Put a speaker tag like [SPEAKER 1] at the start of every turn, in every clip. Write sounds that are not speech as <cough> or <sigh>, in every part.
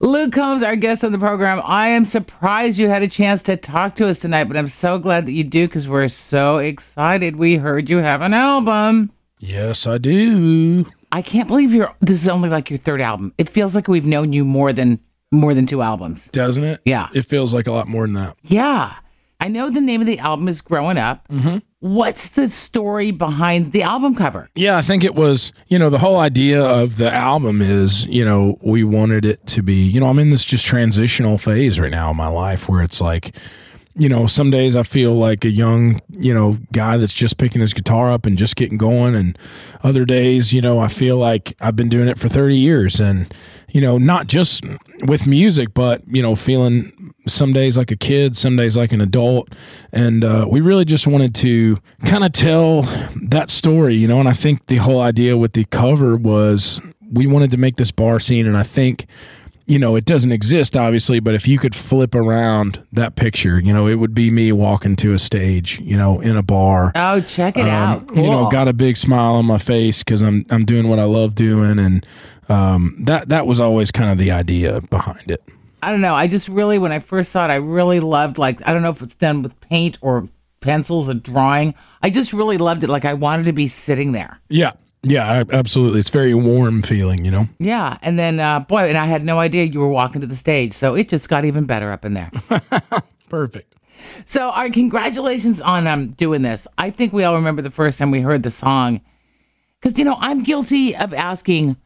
[SPEAKER 1] Luke Combs, our guest on the program. I am surprised you had a chance to talk to us tonight, but I'm so glad that you do because we're so excited. We heard you have an album.
[SPEAKER 2] Yes, I do.
[SPEAKER 1] I can't believe you're. This is only like your third album. It feels like we've known you more than more than two albums.
[SPEAKER 2] Doesn't it?
[SPEAKER 1] Yeah.
[SPEAKER 2] It feels like a lot more than that.
[SPEAKER 1] Yeah. I know the name of the album is Growing Up. Mm-hmm. What's the story behind the album cover?
[SPEAKER 2] Yeah, I think it was, you know, the whole idea of the album is, you know, we wanted it to be, you know, I'm in this just transitional phase right now in my life where it's like, you know, some days I feel like a young, you know, guy that's just picking his guitar up and just getting going. And other days, you know, I feel like I've been doing it for 30 years and, you know, not just with music, but, you know, feeling some days like a kid, some days like an adult. And uh, we really just wanted to kind of tell that story, you know, and I think the whole idea with the cover was we wanted to make this bar scene. And I think, you know, it doesn't exist obviously, but if you could flip around that picture, you know, it would be me walking to a stage, you know, in a bar.
[SPEAKER 1] Oh, check it out. Cool.
[SPEAKER 2] Um, You know, got a big smile on my face because I'm I'm doing what I love doing, and um, that that was always kind of the idea behind it.
[SPEAKER 1] I don't know. I just really, when I first saw it, I really loved, like, I don't know if it's done with paint or pencils or drawing. I just really loved it. Like, I wanted to be sitting there.
[SPEAKER 2] Yeah, yeah, a- absolutely. It's very warm feeling, you know.
[SPEAKER 1] Yeah. And then, uh, boy, and I had no idea you were walking to the stage. So it just got even better up in there.
[SPEAKER 2] Perfect.
[SPEAKER 1] So, our congratulations on um, doing this. I think we all remember the first time we heard the song. Because, you know, I'm guilty of asking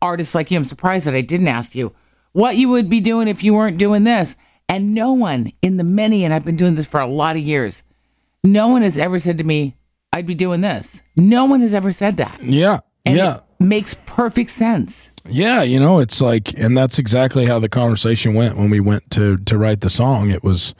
[SPEAKER 1] artists like you, I'm surprised that I didn't ask you, what you would be doing if you weren't doing this. And no one in the many, and I've been doing this for a lot of years, no one has ever said to me, I'd be doing this. No one has ever said that.
[SPEAKER 2] Yeah,
[SPEAKER 1] And
[SPEAKER 2] yeah.
[SPEAKER 1] it makes perfect sense.
[SPEAKER 2] Yeah, you know, it's like, and that's exactly how the conversation went when we went to to write the song. It was,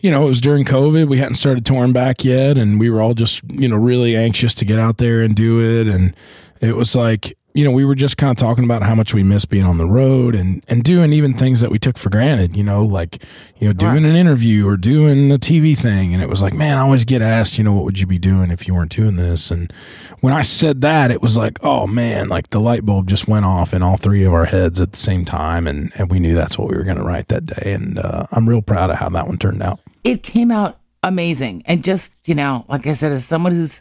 [SPEAKER 2] you know, it was during COVID. We hadn't started touring back yet, and we were all just, you know, really anxious to get out there and do it. And it was like, you know, we were just kind of talking about how much we miss being on the road and and doing even things that we took for granted. You know, like you know, doing an interview or doing a TV thing. And it was like, man, I always get asked, you know, what would you be doing if you weren't doing this? And when I said that, it was like, oh man, like the light bulb just went off in all three of our heads at the same time, and and we knew that's what we were going to write that day. And uh, I'm real proud of how that one turned out.
[SPEAKER 1] It came out amazing. And just, you know, like I said, as someone who's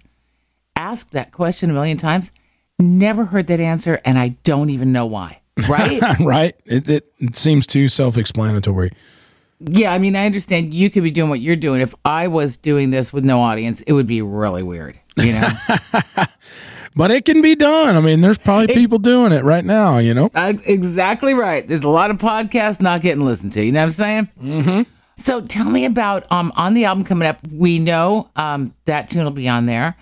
[SPEAKER 1] asked that question a million times, never heard that answer. And I don't even know why. Right?
[SPEAKER 2] <laughs> right? It, it, it seems too self explanatory.
[SPEAKER 1] Yeah, I mean, I understand you could be doing what you're doing. If I was doing this with no audience, it would be really weird. You know,
[SPEAKER 2] But it can be done. I mean, there's probably people doing it right now, you know?
[SPEAKER 1] That's exactly right. There's a lot of podcasts not getting listened to. You know what I'm saying? Mm-hmm. So tell me about um on the album coming up. We know um that tune will be on there.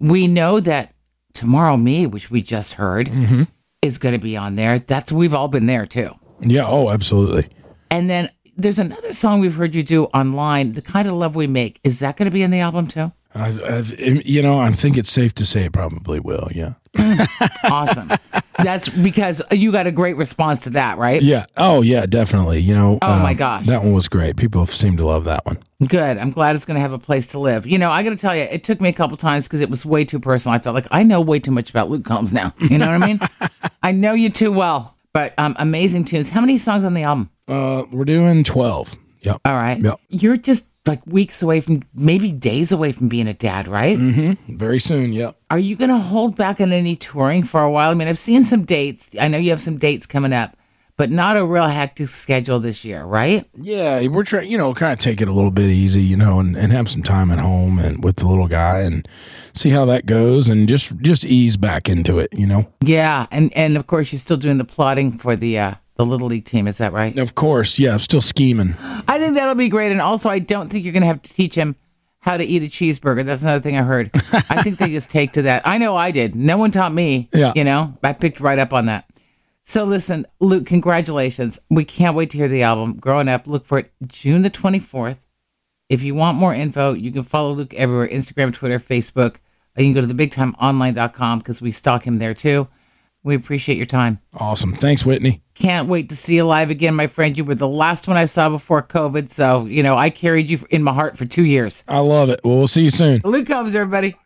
[SPEAKER 1] We know that tomorrow me, which we just heard, is going to be on there. That's we've all been there too.
[SPEAKER 2] Yeah, oh, absolutely.
[SPEAKER 1] And then there's another song we've heard you do online. The kind of love we make is that going to be in the album too?
[SPEAKER 2] I, I, you know, I think it's safe to say it probably will, yeah.
[SPEAKER 1] awesome. That's because you got a great response to that, right?
[SPEAKER 2] Yeah. Oh, yeah, definitely. You know,
[SPEAKER 1] Oh,
[SPEAKER 2] um,
[SPEAKER 1] my gosh.
[SPEAKER 2] That one was great. People seem to love that one.
[SPEAKER 1] Good. I'm glad it's going to have a place to live. You know, I got to tell you, it took me a couple times because it was way too personal. I felt like I know way too much about Luke Combs now. You know what I mean? I know you too well. But um, amazing tunes. How many songs on the album?
[SPEAKER 2] Uh, we're doing 12. Yep.
[SPEAKER 1] All right.
[SPEAKER 2] Yep.
[SPEAKER 1] You're just like weeks away from, maybe days away from being a dad, right?
[SPEAKER 2] Very soon, yep.
[SPEAKER 1] Are you going to hold back on any touring for a while? I mean, I've seen some dates. I know you have some dates coming up, but not a real hectic schedule this year, right?
[SPEAKER 2] Yeah, we're trying, you know, kind of take it a little bit easy, you know, and, and have some time at home and with the little guy and see how that goes and just just ease back into it, you know.
[SPEAKER 1] Yeah, and and of course you're still doing the plotting for the uh, the little league team. Is that right?
[SPEAKER 2] Of course, yeah, I'm still scheming.
[SPEAKER 1] I think that'll be great. And also, I don't think you're going to have to teach him how to eat a cheeseburger. That's another thing I heard. I think they just take to that. I know I did. No one taught me.
[SPEAKER 2] Yeah.
[SPEAKER 1] you know, I picked right up on that. So listen, Luke, congratulations. We can't wait to hear the album. Growing up, look for it June the 24th. If you want more info, you can follow Luke everywhere Instagram, Twitter, Facebook. Or you can go to thebigtimeonline.com because we stalk him there too. We appreciate your time.
[SPEAKER 2] Awesome. Thanks, Whitney.
[SPEAKER 1] Can't wait to see you live again, my friend. You were the last one I saw before COVID. So, you know, I carried you in my heart for two years.
[SPEAKER 2] I love it. Well, we'll see you soon.
[SPEAKER 1] Luke Combs, everybody.